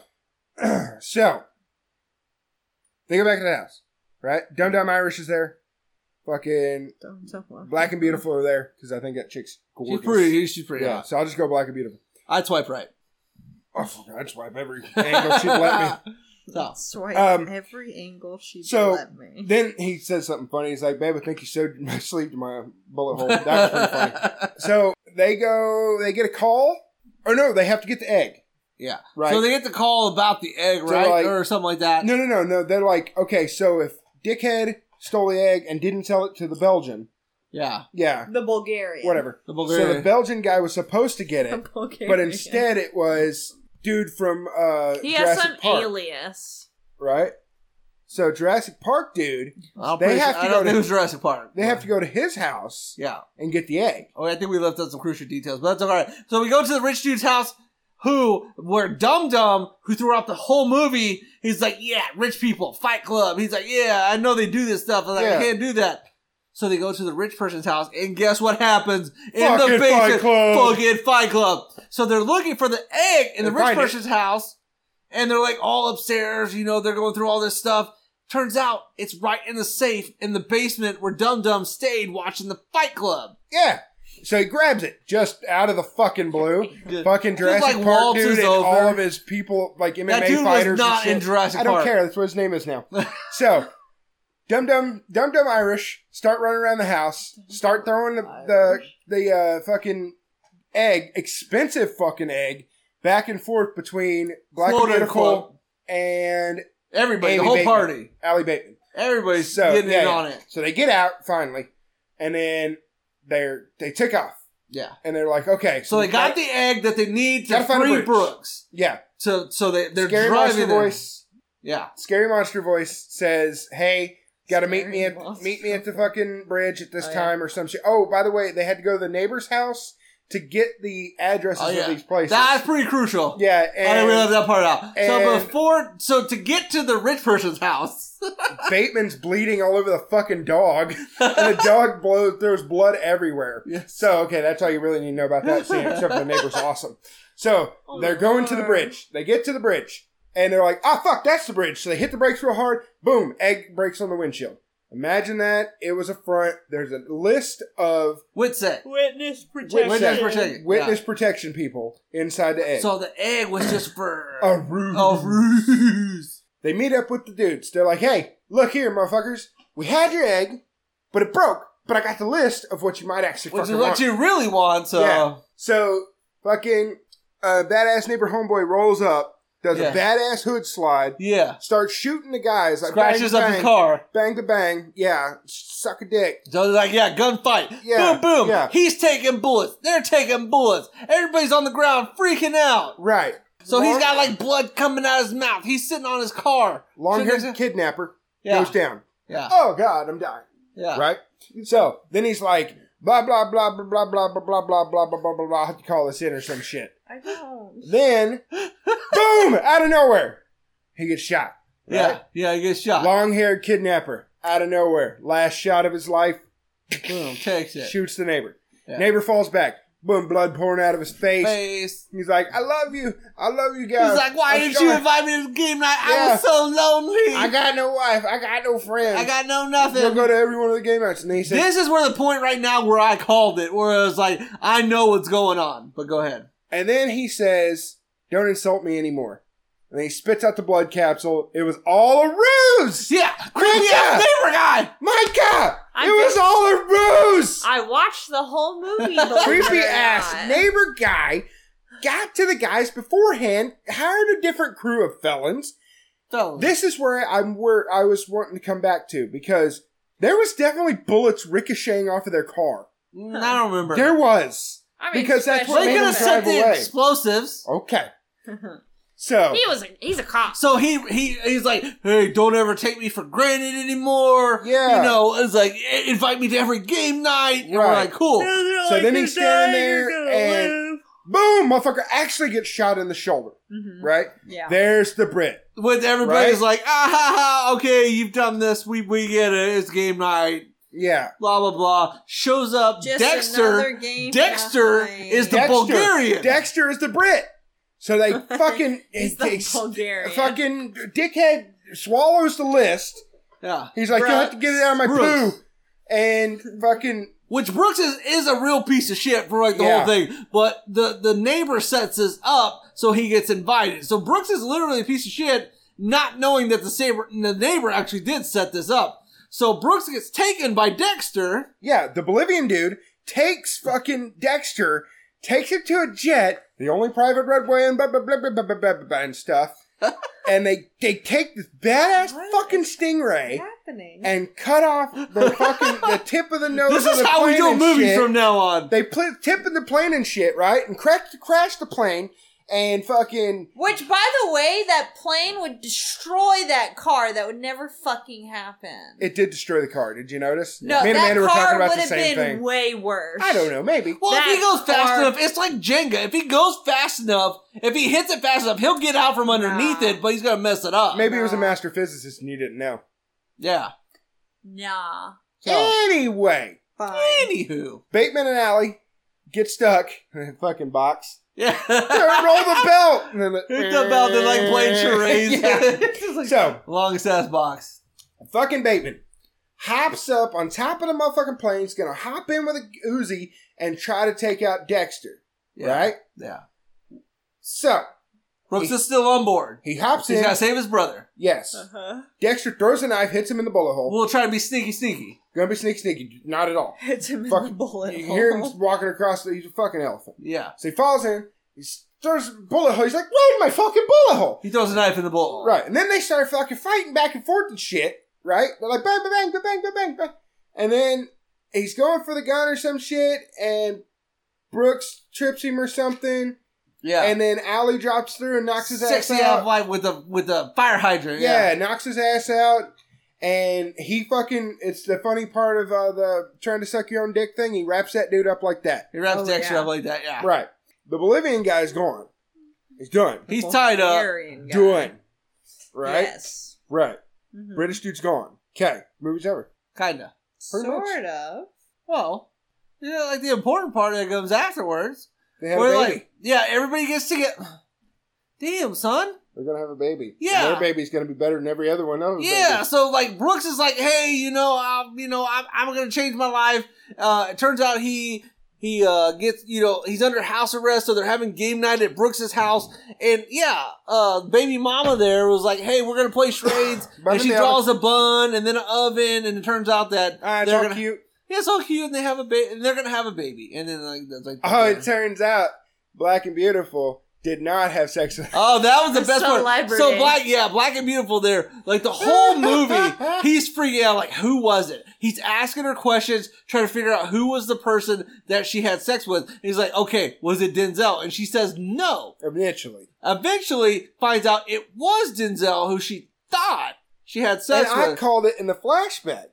Speaker 1: So, they go back to the house, right? Dumb, dumb Irish is there. Fucking
Speaker 2: Don't tell him.
Speaker 1: Black and Beautiful are there because I think that chick's gorgeous.
Speaker 3: She's pretty, she's pretty
Speaker 1: Yeah,
Speaker 3: hot.
Speaker 1: so I'll just go Black and Beautiful.
Speaker 3: I'd swipe right.
Speaker 1: Oh, fuck, I just wipe every angle she'd let
Speaker 3: So,
Speaker 2: Swipe
Speaker 1: Um,
Speaker 2: every angle she
Speaker 1: so
Speaker 2: let
Speaker 1: me.
Speaker 2: me.
Speaker 1: Then he says something funny. He's like, "Babe, I think you sewed my sleeve to my bullet hole." That was pretty funny. So they go, they get a call, or no, they have to get the egg,
Speaker 3: yeah.
Speaker 1: right?
Speaker 3: So they get the call about the egg,
Speaker 1: So,
Speaker 3: right?
Speaker 1: like-
Speaker 3: or something like that.
Speaker 1: no, no, no, no. They're like, okay, so if Dickhead stole the egg and didn't sell it to the Belgian,
Speaker 3: Yeah.
Speaker 1: yeah,
Speaker 2: the Bulgarian.
Speaker 1: whatever.
Speaker 3: The
Speaker 1: So
Speaker 3: Bulgarian.
Speaker 1: the Belgian guy was supposed to get
Speaker 2: The
Speaker 1: it,
Speaker 2: Bulgarian.
Speaker 1: but instead it was dude from uh,
Speaker 4: He
Speaker 1: Jurassic
Speaker 4: has some
Speaker 1: Park,
Speaker 4: alias.
Speaker 1: right? So Jurassic Park dude,
Speaker 3: I'll
Speaker 1: They
Speaker 3: pretty
Speaker 1: have
Speaker 3: sure-
Speaker 1: to
Speaker 3: I don't
Speaker 1: go to-
Speaker 3: think it was Jurassic Park.
Speaker 1: they have to go to his house
Speaker 3: Yeah.
Speaker 1: and get the egg.
Speaker 3: Oh, I think we left out some crucial details, but that's all right. So we go to the rich dude's house, who where Dum Dum, who throughout the whole movie, he's like, "Yeah, rich people, Fight Club." He's like, "Yeah, I know they do this stuff, and
Speaker 1: Yeah.
Speaker 3: I can't do that." So they go to the rich person's house, and guess what happens in
Speaker 1: Fucking Fight
Speaker 3: the basement?
Speaker 1: Club.
Speaker 3: Fucking Fight Club. So they're looking for the egg in the
Speaker 1: They
Speaker 3: rich
Speaker 1: find it.
Speaker 3: person's house, and they're like all upstairs. You know, they're going through all this stuff. Turns out it's right in the safe in the basement where Dum Dum stayed watching the Fight Club.
Speaker 1: Yeah. So he grabs it just out of the fucking blue.
Speaker 3: Just-
Speaker 1: Fucking
Speaker 3: just
Speaker 1: Jurassic
Speaker 3: like
Speaker 1: Park
Speaker 3: waltzes
Speaker 1: dude and
Speaker 3: over.
Speaker 1: all of his people, like MMA
Speaker 3: That dude was
Speaker 1: fighters. and
Speaker 3: not
Speaker 1: shit.
Speaker 3: in Jurassic
Speaker 1: I don't
Speaker 3: Park.
Speaker 1: care. That's what his name is now. so, dum dum dum dum Irish start running around the house, start throwing the the the uh, fucking egg, expensive fucking egg, back and forth between Black
Speaker 3: Quote,
Speaker 1: and
Speaker 3: unquote.
Speaker 1: Beautiful and
Speaker 3: Everybody,
Speaker 1: Amy
Speaker 3: the whole
Speaker 1: Bateman.
Speaker 3: party.
Speaker 1: Allie Bateman.
Speaker 3: Everybody's
Speaker 1: So,
Speaker 3: getting
Speaker 1: yeah,
Speaker 3: in
Speaker 1: yeah.
Speaker 3: on it.
Speaker 1: So they get out finally, and then they're they took off,
Speaker 3: Yeah.
Speaker 1: and they're like, okay,
Speaker 3: So they got the egg that they need to
Speaker 1: Gotta find a
Speaker 3: free
Speaker 1: bridge.
Speaker 3: Brooks.
Speaker 1: yeah.
Speaker 3: So so they they're
Speaker 1: Scary
Speaker 3: driving
Speaker 1: monster
Speaker 3: them.
Speaker 1: voice.
Speaker 3: Yeah.
Speaker 1: Scary monster voice says, "Hey, gotta meet me
Speaker 2: Scary
Speaker 1: at
Speaker 2: monster
Speaker 1: meet me at the
Speaker 2: voice.
Speaker 1: fucking bridge at this
Speaker 2: Oh, yeah.
Speaker 1: time or some shit." Oh, by the way, they had to go to the neighbor's house to get the addresses
Speaker 3: Oh, yeah.
Speaker 1: of these places.
Speaker 3: That's pretty crucial.
Speaker 1: yeah,
Speaker 3: I didn't realize
Speaker 1: and
Speaker 3: that part out. So
Speaker 1: and-
Speaker 3: before so to get to the rich person's house.
Speaker 1: Bateman's bleeding all over the fucking dog, and the dog blows. There's blood everywhere.
Speaker 3: yes.
Speaker 1: So okay, that's all you really need to know about that scene. Except the neighbor's awesome. So
Speaker 4: Oh,
Speaker 1: they're going to the
Speaker 4: Lord.
Speaker 1: bridge. They get to the bridge, and they're like, "Ah, fuck, that's the bridge." So they hit the brakes real hard. Boom! Egg breaks on the windshield. Imagine that. It was a front. There's a list of
Speaker 3: Witset.
Speaker 2: Witness protection.
Speaker 3: Witness protection.
Speaker 1: witness protection people inside the
Speaker 3: Yeah.
Speaker 1: egg.
Speaker 3: So the egg was just for
Speaker 1: a ruse.
Speaker 3: a ruse.
Speaker 1: They meet up with the dudes. They're like, "Hey, look here, motherfuckers. We had your egg, but it broke. But I got the list of what you might actually
Speaker 3: Which is
Speaker 1: fucking
Speaker 3: what
Speaker 1: want."
Speaker 3: you really want, so
Speaker 1: Yeah. So fucking uh, badass neighbor homeboy rolls up, does
Speaker 3: Yeah.
Speaker 1: a badass hood slide,
Speaker 3: yeah.
Speaker 1: starts shooting the guys like
Speaker 3: Scratches
Speaker 1: bang,
Speaker 3: up
Speaker 1: bang,
Speaker 3: his car.
Speaker 1: bang to bang. Yeah, suck a dick.
Speaker 3: So they're like, yeah, gunfight.
Speaker 1: Yeah,
Speaker 3: boom, boom.
Speaker 1: yeah.
Speaker 3: He's taking bullets. They're taking bullets. Everybody's on the ground freaking out.
Speaker 1: Right.
Speaker 3: So he's
Speaker 1: Long-
Speaker 3: got like blood coming out of his mouth. He's sitting on his car.
Speaker 1: long
Speaker 3: So there's
Speaker 1: haired
Speaker 3: a-
Speaker 1: kidnapper
Speaker 3: Yeah.
Speaker 1: goes down.
Speaker 3: Yeah.
Speaker 1: Oh god, I'm dying.
Speaker 3: Yeah.
Speaker 1: Right. So then he's like blah blah blah blah blah blah blah blah blah blah blah blah blah. I have to call this in or some shit.
Speaker 2: I don't.
Speaker 1: Then, boom! Out of nowhere, he gets shot.
Speaker 3: Yeah.
Speaker 1: Right?
Speaker 3: Yeah. He gets shot.
Speaker 1: Long haired kidnapper out of nowhere. Last shot of his life.
Speaker 3: boom. Takes it.
Speaker 1: shoots the neighbor.
Speaker 3: Yeah.
Speaker 1: Neighbor falls back. Boom, blood pouring out of his face.
Speaker 3: Face.
Speaker 1: He's like, I love you. I love you guys.
Speaker 3: He's like, why
Speaker 1: I'm
Speaker 3: didn't you
Speaker 1: sorry.
Speaker 3: invite me to the game night? I
Speaker 1: Yeah.
Speaker 3: was so lonely.
Speaker 1: I got no wife. I got no friends.
Speaker 3: I got no
Speaker 1: We'll
Speaker 3: nothing.
Speaker 1: go to every one of the game nights. And he says,
Speaker 3: this is where the point right now where I called it, where I was like, I know what's going on, but go ahead.
Speaker 1: and then he says, don't insult me anymore. And he spits out the blood capsule. It was all a ruse.
Speaker 3: Yeah, creepy ass neighbor guy.
Speaker 1: Micah,
Speaker 4: I
Speaker 1: it was
Speaker 4: think-
Speaker 1: all a ruse.
Speaker 4: I watched the whole movie. believe
Speaker 1: Creepy
Speaker 4: it or
Speaker 1: ass
Speaker 4: not.
Speaker 1: neighbor guy got to the guys beforehand, hired a different crew of felons,
Speaker 3: So,
Speaker 1: This is where I'm where I was wanting to come back to because there was definitely bullets ricocheting off of their car.
Speaker 3: Mm, I don't remember.
Speaker 1: There was.
Speaker 4: I mean,
Speaker 1: Because that's what
Speaker 4: especially-
Speaker 1: made
Speaker 3: they could
Speaker 1: him
Speaker 3: have set
Speaker 1: drive
Speaker 3: the
Speaker 1: away.
Speaker 3: explosives.
Speaker 1: Okay. So
Speaker 4: He was a, he's a cop.
Speaker 3: So he he he's like, hey, don't ever take me for granted anymore.
Speaker 1: Yeah.
Speaker 3: you know, it's like "I- invite me to every game night. And we're
Speaker 1: Right.
Speaker 3: like, cool.
Speaker 1: So then he's standing there and- boom, motherfucker actually gets shot in the shoulder.
Speaker 2: Mhm.
Speaker 1: Right?
Speaker 2: Yeah.
Speaker 1: There's the Brit.
Speaker 3: With everybody's
Speaker 1: Right.
Speaker 3: like, ah ha ha, okay, you've done this. We we get it. It's game night.
Speaker 1: Yeah.
Speaker 3: Blah blah blah. Shows up.
Speaker 2: Just another
Speaker 3: Dexter.
Speaker 2: game
Speaker 3: Dexter
Speaker 2: behind.
Speaker 3: is the
Speaker 1: Dexter.
Speaker 3: Bulgarian.
Speaker 1: Dexter is the Brit. So they fucking
Speaker 2: He's
Speaker 1: it- they-
Speaker 2: the Bulgarian.
Speaker 1: fucking dickhead swallows the list.
Speaker 3: yeah.
Speaker 1: He's like, you'll have to get it out of my poo.
Speaker 3: Brooks.
Speaker 1: And fucking
Speaker 3: Which Brooks is, is a real piece of shit for like the
Speaker 1: Yeah.
Speaker 3: whole thing, but the the neighbor sets this up so he gets invited. So Brooks is literally a piece of shit, not knowing that the neighbor the neighbor actually did set this up. So Brooks gets taken by Dexter.
Speaker 1: Yeah, the Bolivian dude takes fucking Dexter, takes him to a jet, the only private red way and blah blah blah blah blah blah blah, blah, blah and stuff. and they they take this badass
Speaker 2: What
Speaker 1: fucking
Speaker 2: is
Speaker 1: stingray
Speaker 2: happening.
Speaker 1: and cut off the fucking the tip of the nose.
Speaker 3: This
Speaker 1: of
Speaker 3: is
Speaker 1: the
Speaker 3: how we
Speaker 1: plane
Speaker 3: do
Speaker 1: and
Speaker 3: movies
Speaker 1: shit.
Speaker 3: from now on.
Speaker 1: They pl- tip in the plane and shit, right? And crack crash the plane. and fucking
Speaker 2: Which, by the way, that plane would destroy that car. That would never fucking happen.
Speaker 1: it did destroy the car. Did you notice?
Speaker 2: no,
Speaker 1: Me and
Speaker 2: that
Speaker 1: Amanda were talking
Speaker 2: car
Speaker 1: about
Speaker 2: would
Speaker 1: the
Speaker 2: have
Speaker 1: same
Speaker 2: been
Speaker 1: thing.
Speaker 2: way worse.
Speaker 1: I don't know. Maybe.
Speaker 3: Well, if he
Speaker 2: That
Speaker 3: goes fast
Speaker 2: or-
Speaker 3: enough, it's like Jenga. If he goes fast enough, if he hits it fast enough, he'll get out from underneath
Speaker 2: Nah.
Speaker 3: it, but he's gonna mess it up.
Speaker 1: Maybe he was a master physicist and you didn't know.
Speaker 3: Yeah.
Speaker 2: Nah.
Speaker 1: So anyway,
Speaker 2: Fine.
Speaker 3: Anywho.
Speaker 1: Bateman and Allie get stuck in a fucking box.
Speaker 3: Yeah.
Speaker 1: Turn roll the belt. And then
Speaker 3: It's about the like playing charades.
Speaker 1: Yeah.
Speaker 3: It's just like
Speaker 1: So
Speaker 3: long sass box.
Speaker 1: fucking Bateman hops up on top of the motherfucking plane. He's gonna hop in with a Uzi and try to take out Dexter.
Speaker 3: Yeah.
Speaker 1: Right.
Speaker 3: Yeah.
Speaker 1: So
Speaker 3: Brooks is still on board.
Speaker 1: he hops
Speaker 3: He's
Speaker 1: in.
Speaker 3: gotta save his brother.
Speaker 1: Yes.
Speaker 2: Uh-huh.
Speaker 1: Dexter throws a knife, hits him in the bullet hole.
Speaker 3: We'll try to be sneaky sneaky.
Speaker 1: Gonna be sneaky, sneaky. Not at all.
Speaker 2: Hits him in
Speaker 1: Fuck.
Speaker 2: the bullet
Speaker 1: You
Speaker 2: hole.
Speaker 1: hear him walking across. The, he's a fucking elephant.
Speaker 3: Yeah.
Speaker 1: So he falls in. He throws a bullet hole. He's like, "Where's my fucking bullet hole?"
Speaker 3: He throws a knife in the bullet.
Speaker 1: Right. And then they start fucking fighting back and forth and shit. Right. They're like, "Bang, bang, bang, bang, bang, bang, bang." And then he's going for the gun or some shit, and Brooks trips him or something,
Speaker 3: Yeah.
Speaker 1: and then Allie drops through and knocks his
Speaker 3: sexy
Speaker 1: ass out.
Speaker 3: out white with the with the fire hydrant.
Speaker 1: Yeah, knocks his ass out, and he fucking. It's the funny part of uh, the trying to suck your own dick thing. He wraps that dude up like that.
Speaker 3: He wraps
Speaker 2: Oh,
Speaker 3: the extra
Speaker 2: yeah.
Speaker 3: up like that. Yeah.
Speaker 1: Right. The Bolivian guy's gone. He's done.
Speaker 3: He's tied up.
Speaker 2: Bulgarian guy.
Speaker 1: Done. Right.
Speaker 2: Yes.
Speaker 1: Right.
Speaker 2: Mhm.
Speaker 1: British dude's gone. Okay. Movie's over.
Speaker 3: Kinda.
Speaker 1: pretty much.
Speaker 2: Sort of.
Speaker 3: Well, yeah, like the important part that comes afterwards.
Speaker 1: They have
Speaker 3: Where
Speaker 1: a baby.
Speaker 3: like, yeah, everybody gets to get. Damn, son.
Speaker 1: They're gonna have a baby.
Speaker 3: Yeah.
Speaker 1: And their baby's gonna be better than every other one else's.
Speaker 3: Yeah,
Speaker 1: baby.
Speaker 3: so like Brooks is like, hey, you know, I'm, you know, I'm, I'm gonna change my life. Uh, it turns out he he uh, gets, you know, he's under house arrest, so they're having game night at Brooks's house, and yeah, uh, baby mama there was like, hey, we're gonna play charades,
Speaker 1: Bun
Speaker 3: and she
Speaker 1: in the oven.
Speaker 3: draws a bun and then an oven, and it turns out that
Speaker 1: Ah, it's
Speaker 3: they're
Speaker 1: all
Speaker 3: gonna,
Speaker 1: cute.
Speaker 3: yeah, it's all cute, and they have a baby, and they're gonna have a baby, and then like, that's like,
Speaker 1: Oh, it turns out Black and Beautiful did not have sex with
Speaker 3: Oh, that was the
Speaker 2: It's
Speaker 3: best
Speaker 2: so
Speaker 3: part.
Speaker 2: liberating.
Speaker 3: So black, yeah, black and beautiful. There, like the whole movie, he's freaking out. Like, who was it? He's asking her questions, trying to figure out who was the person that she had sex with. And he's like, okay, was it Denzel? And she says no.
Speaker 1: eventually.
Speaker 3: Eventually, finds out it was Denzel who she thought she had sex
Speaker 1: and I
Speaker 3: with.
Speaker 1: called it in the flashback.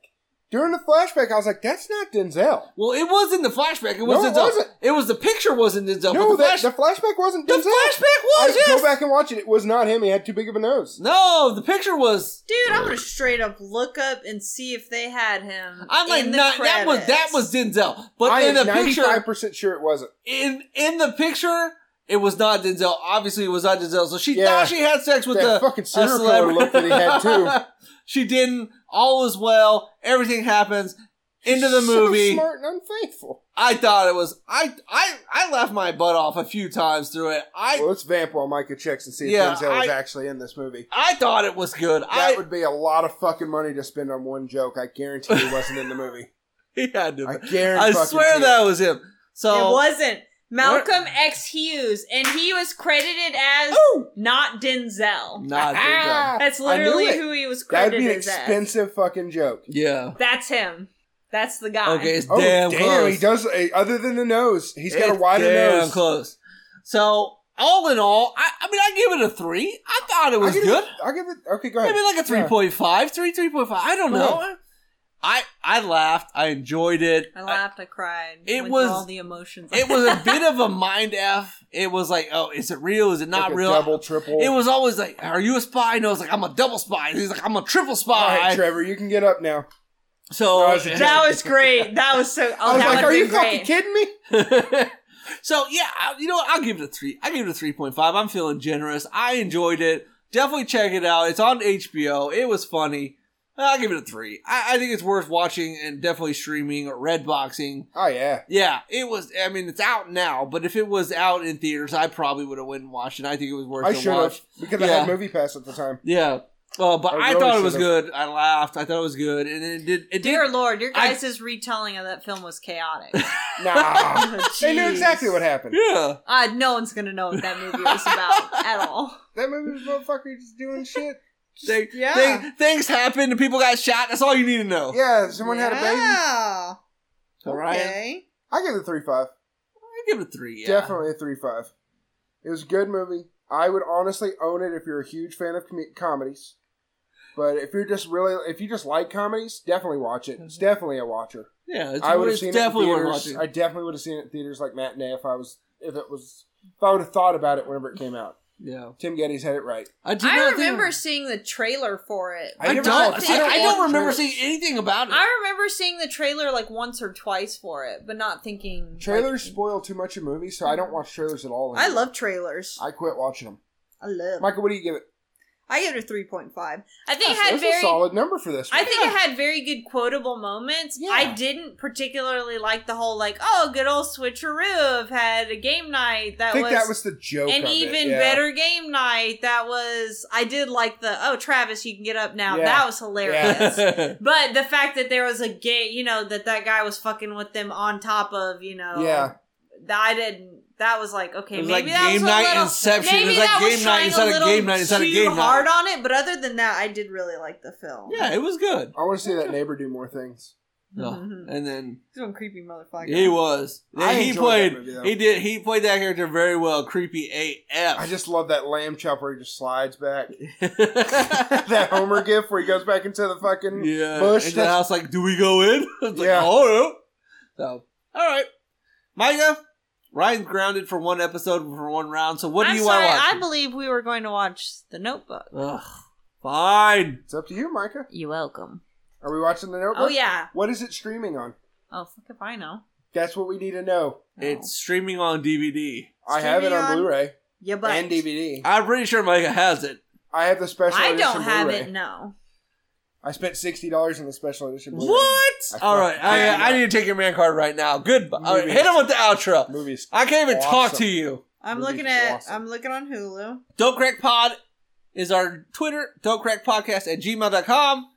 Speaker 1: During the flashback, I was like, "That's not Denzel."
Speaker 3: well, it was in the flashback. It was
Speaker 1: No, it
Speaker 3: Denzel.
Speaker 1: wasn't.
Speaker 3: It was the picture wasn't Denzel.
Speaker 1: No,
Speaker 3: but the,
Speaker 1: that,
Speaker 3: flash-
Speaker 1: the flashback wasn't
Speaker 3: the
Speaker 1: Denzel.
Speaker 3: flashback was
Speaker 1: I
Speaker 3: yes.
Speaker 1: go back and watch it. It was not him. He had too big of a nose.
Speaker 3: No, the picture was
Speaker 2: Dude, I'm gonna straight up look up and see if they had him.
Speaker 3: I'm like,
Speaker 2: in the
Speaker 3: not, that was that
Speaker 2: credits.
Speaker 3: was Denzel, but
Speaker 1: I
Speaker 3: in the
Speaker 1: am
Speaker 3: picture,
Speaker 1: ninety-five percent sure it wasn't.
Speaker 3: in in the picture, it was not Denzel. Obviously, it was not Denzel. So she
Speaker 1: Yeah.
Speaker 3: thought she had sex with
Speaker 1: That
Speaker 3: the
Speaker 1: fucking serial
Speaker 3: a
Speaker 1: killer
Speaker 3: celebrity.
Speaker 1: look that he had too.
Speaker 3: she didn't. All is well. Everything happens. Into the
Speaker 1: So
Speaker 3: movie.
Speaker 1: smart and unfaithful.
Speaker 3: I thought it was. I I I laughed my butt off a few times through it. I
Speaker 1: Well, let's vamp while Micah checks and see if
Speaker 3: Yeah,
Speaker 1: Denzel is
Speaker 3: I-
Speaker 1: actually in this movie.
Speaker 3: I thought it was good.
Speaker 1: That
Speaker 3: I
Speaker 1: would be a lot of fucking money to spend on one joke. I guarantee he wasn't in the movie.
Speaker 3: he had to.
Speaker 1: I
Speaker 3: I,
Speaker 1: guarantee.
Speaker 3: swear
Speaker 1: it.
Speaker 3: that was him. So
Speaker 2: It wasn't. Malcolm X Hughes, and he was credited as
Speaker 1: Ooh!
Speaker 2: not Denzel.
Speaker 3: not Denzel.
Speaker 1: Ah!
Speaker 2: That's
Speaker 1: I knew
Speaker 2: literally
Speaker 1: it.
Speaker 2: who he was
Speaker 1: That would
Speaker 2: credited
Speaker 1: be an
Speaker 2: as.
Speaker 1: expensive fucking joke.
Speaker 3: Yeah.
Speaker 2: That's him. That's the guy.
Speaker 3: Okay. It's
Speaker 1: Oh
Speaker 3: damn,
Speaker 1: damn!
Speaker 3: close.
Speaker 1: He does. eh, Other than the nose, he's got a
Speaker 3: It's
Speaker 1: wider
Speaker 3: damn
Speaker 1: nose.
Speaker 3: close. So all in all, I, I mean, I give it a three. I thought it
Speaker 1: I'll
Speaker 3: was
Speaker 1: give
Speaker 3: good.
Speaker 1: It, I'll give it. Okay, go ahead.
Speaker 3: Maybe like a
Speaker 1: Yeah.
Speaker 3: 3.5, 3, 3.5. I don't
Speaker 1: Go
Speaker 3: know. I I laughed. I enjoyed it.
Speaker 2: I laughed. I, cried.
Speaker 3: It
Speaker 2: went through
Speaker 3: was-
Speaker 2: all the emotions.
Speaker 3: I- it was a bit of a mind f. It was like, oh, is it real? Is it not
Speaker 1: Like a
Speaker 3: real?
Speaker 1: Double, triple.
Speaker 3: It was always like, are you a spy? No, it's like I'm a double spy. He's like, I'm a triple
Speaker 1: All
Speaker 3: spy.
Speaker 1: right, Trevor, you can get up now.
Speaker 3: so
Speaker 1: No, it's a
Speaker 2: that was great. That was so.
Speaker 1: I
Speaker 2: Oh,
Speaker 1: was
Speaker 2: that
Speaker 1: like,
Speaker 2: would've
Speaker 1: "Are you
Speaker 2: been
Speaker 1: fucking
Speaker 2: great.
Speaker 1: kidding me?"
Speaker 3: so yeah, I- you know what? I'll give it a three. I give it a three point five. I'm feeling generous. I enjoyed it. Definitely check it out. It's on HBO. It was funny. I'll give it a three. I, I think it's worth watching and definitely streaming or red boxing.
Speaker 1: Oh yeah.
Speaker 3: Yeah, it was. I mean, it's out now, but if it was out in theaters, I probably would have went and watched it. I think it was worth
Speaker 1: I
Speaker 3: a
Speaker 1: should
Speaker 3: watch.
Speaker 1: have because I
Speaker 3: Yeah.
Speaker 1: had Movie Pass at the time.
Speaker 3: Yeah, uh, but
Speaker 1: I
Speaker 3: I,
Speaker 1: really
Speaker 3: thought it was
Speaker 1: should've.
Speaker 3: good. I laughed. I thought it was good, and it did. It
Speaker 2: Dear
Speaker 3: did.
Speaker 2: Lord, your
Speaker 3: I-
Speaker 2: guys' retelling of that film was chaotic.
Speaker 1: Nah, Oh, they knew
Speaker 2: Jeez.
Speaker 1: exactly what happened.
Speaker 3: Oh, Yeah,
Speaker 2: Uh, no one's gonna know what that movie was about at all.
Speaker 1: That movie was motherfucker just doing shit.
Speaker 3: They-
Speaker 2: Yeah.
Speaker 3: they- things happened and people got shot. That's all you need to know.
Speaker 1: Yeah, someone had a baby.
Speaker 2: Yeah.
Speaker 3: All right.
Speaker 2: Okay.
Speaker 1: I give it a three five.
Speaker 3: I give it a three. Yeah.
Speaker 1: Definitely a three five. It was a good movie. I would honestly own it if you're a huge fan of com- comedies. But if you're just really, if you just like comedies, definitely watch it. It's definitely a watcher.
Speaker 3: Yeah, it's,
Speaker 1: I would have
Speaker 3: it's
Speaker 1: seen
Speaker 3: definitely
Speaker 1: it in
Speaker 3: worth
Speaker 1: theaters.
Speaker 3: watching.
Speaker 1: I definitely would have seen it in theaters like matinee if I was, if it was, if I would have thought about it whenever it came out.
Speaker 3: yeah,
Speaker 1: Tim Geddes had it right.
Speaker 3: I, did
Speaker 2: I
Speaker 3: not think-
Speaker 2: remember seeing the trailer for it.
Speaker 1: I
Speaker 3: I
Speaker 1: never
Speaker 3: don't.
Speaker 1: saw
Speaker 3: I,
Speaker 1: it.
Speaker 3: see, I don't remember
Speaker 1: Trailers.
Speaker 3: seeing anything about it.
Speaker 2: I remember seeing the trailer like once or twice for it, but not thinking.
Speaker 1: Trailers spoil too much of movies, so I don't watch trailers at all.
Speaker 2: I love trailers. I,
Speaker 1: I quit watching them.
Speaker 2: love.
Speaker 1: Michael, what do you give it?
Speaker 2: I give it a three point five.
Speaker 4: I think it
Speaker 1: That's
Speaker 4: had
Speaker 1: a
Speaker 4: very.
Speaker 1: solid number for this. One.
Speaker 4: I think it had very good quotable moments.
Speaker 1: Yeah.
Speaker 4: I didn't particularly like the whole like, oh, good old switcheroo of had a game night that
Speaker 1: I think
Speaker 4: was,
Speaker 1: that was the joke.
Speaker 4: an
Speaker 1: of it,
Speaker 4: even
Speaker 1: yeah.
Speaker 4: better game night. That was I did like the oh Travis, you can get up now.
Speaker 1: Yeah.
Speaker 4: That was hilarious.
Speaker 3: Yeah.
Speaker 4: But the fact that there was a gay, you know, that that guy was fucking with them on top of, you know,
Speaker 1: Yeah.
Speaker 4: that I didn't. That was like okay,
Speaker 3: It was
Speaker 4: maybe
Speaker 3: like
Speaker 4: that was
Speaker 3: game
Speaker 4: a
Speaker 3: night
Speaker 4: little,
Speaker 3: inception. It
Speaker 4: Maybe
Speaker 3: was like
Speaker 4: that
Speaker 3: game
Speaker 4: was
Speaker 3: night
Speaker 4: trying
Speaker 3: instead
Speaker 4: a
Speaker 3: of
Speaker 4: little
Speaker 3: game night instead of
Speaker 4: too
Speaker 3: game night.
Speaker 4: hard on it. But other than that, I did really like the film.
Speaker 3: yeah, it was good.
Speaker 1: I want to see that neighbor do more things.
Speaker 3: No.
Speaker 4: Mhm.
Speaker 3: And then
Speaker 2: He's one creepy motherfucker.
Speaker 3: he was.
Speaker 1: I
Speaker 3: he
Speaker 1: enjoyed
Speaker 3: played.
Speaker 1: that movie, though.
Speaker 3: he did. He played that character very well. Creepy AF.
Speaker 1: I just love that lamb chop where he just slides back. that
Speaker 3: that
Speaker 1: Homer gif where he goes back into the fucking
Speaker 3: Yeah.
Speaker 1: bush.
Speaker 3: Into the house, like, do we go in? It's like,
Speaker 1: Yeah.
Speaker 3: oh, yeah. So, all right, Micah. Ryan's grounded for one episode for one round. So, what do
Speaker 4: I'm
Speaker 3: you
Speaker 4: sorry,
Speaker 3: want
Speaker 4: I
Speaker 3: to watch?
Speaker 4: believe we were going to watch The Notebook.
Speaker 3: Ugh, fine.
Speaker 1: It's up to you, Micah.
Speaker 4: You welcome.
Speaker 1: Are we watching the Notebook?
Speaker 4: Oh yeah.
Speaker 1: What is it streaming on?
Speaker 4: Oh fuck if I know.
Speaker 1: That's what we need to know.
Speaker 3: It's streaming on DVD.
Speaker 1: I have it
Speaker 4: Streaming
Speaker 1: on
Speaker 4: on-
Speaker 1: Blu-ray
Speaker 4: Yeah, but
Speaker 1: and DVD.
Speaker 3: I'm pretty sure Micah has it.
Speaker 1: I have the special.
Speaker 4: I
Speaker 1: edition
Speaker 4: don't have
Speaker 1: Blu-ray.
Speaker 4: it. No.
Speaker 1: I spent sixty dollars on the special edition. Blu-ray.
Speaker 3: What?
Speaker 1: I
Speaker 3: All right,
Speaker 1: fucking hate
Speaker 3: I, I
Speaker 1: it.
Speaker 3: need to take your man card right now. Goodbye. All right,
Speaker 1: Movies.
Speaker 3: hit him with the outro.
Speaker 1: Movies.
Speaker 3: I can't even talk
Speaker 1: Awesome.
Speaker 3: to you.
Speaker 2: I'm
Speaker 1: Movie's
Speaker 2: looking at.
Speaker 1: awesome.
Speaker 2: I'm looking on Hulu.
Speaker 3: Don't Crack Pod is our Twitter, don't crack podcast at gmail.com.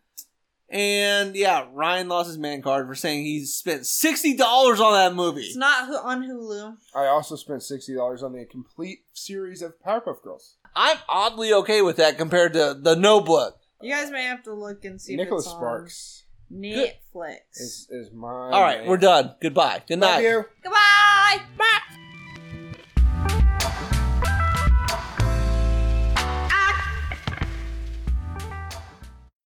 Speaker 3: And yeah, Ryan lost his man card for saying he spent $60 on that movie.
Speaker 2: It's not hu- on Hulu.
Speaker 1: I also spent sixty dollars on the complete series of Powerpuff Girls.
Speaker 3: I'm oddly okay with that compared to the notebook.
Speaker 2: You guys may have to look and see.
Speaker 1: Nicholas
Speaker 2: if it's
Speaker 1: Sparks
Speaker 2: on Netflix.
Speaker 1: is is my.
Speaker 3: All right,
Speaker 1: man.
Speaker 3: we're done. Goodbye. Good
Speaker 1: Love
Speaker 3: night.
Speaker 1: you.
Speaker 4: Goodbye. Bye.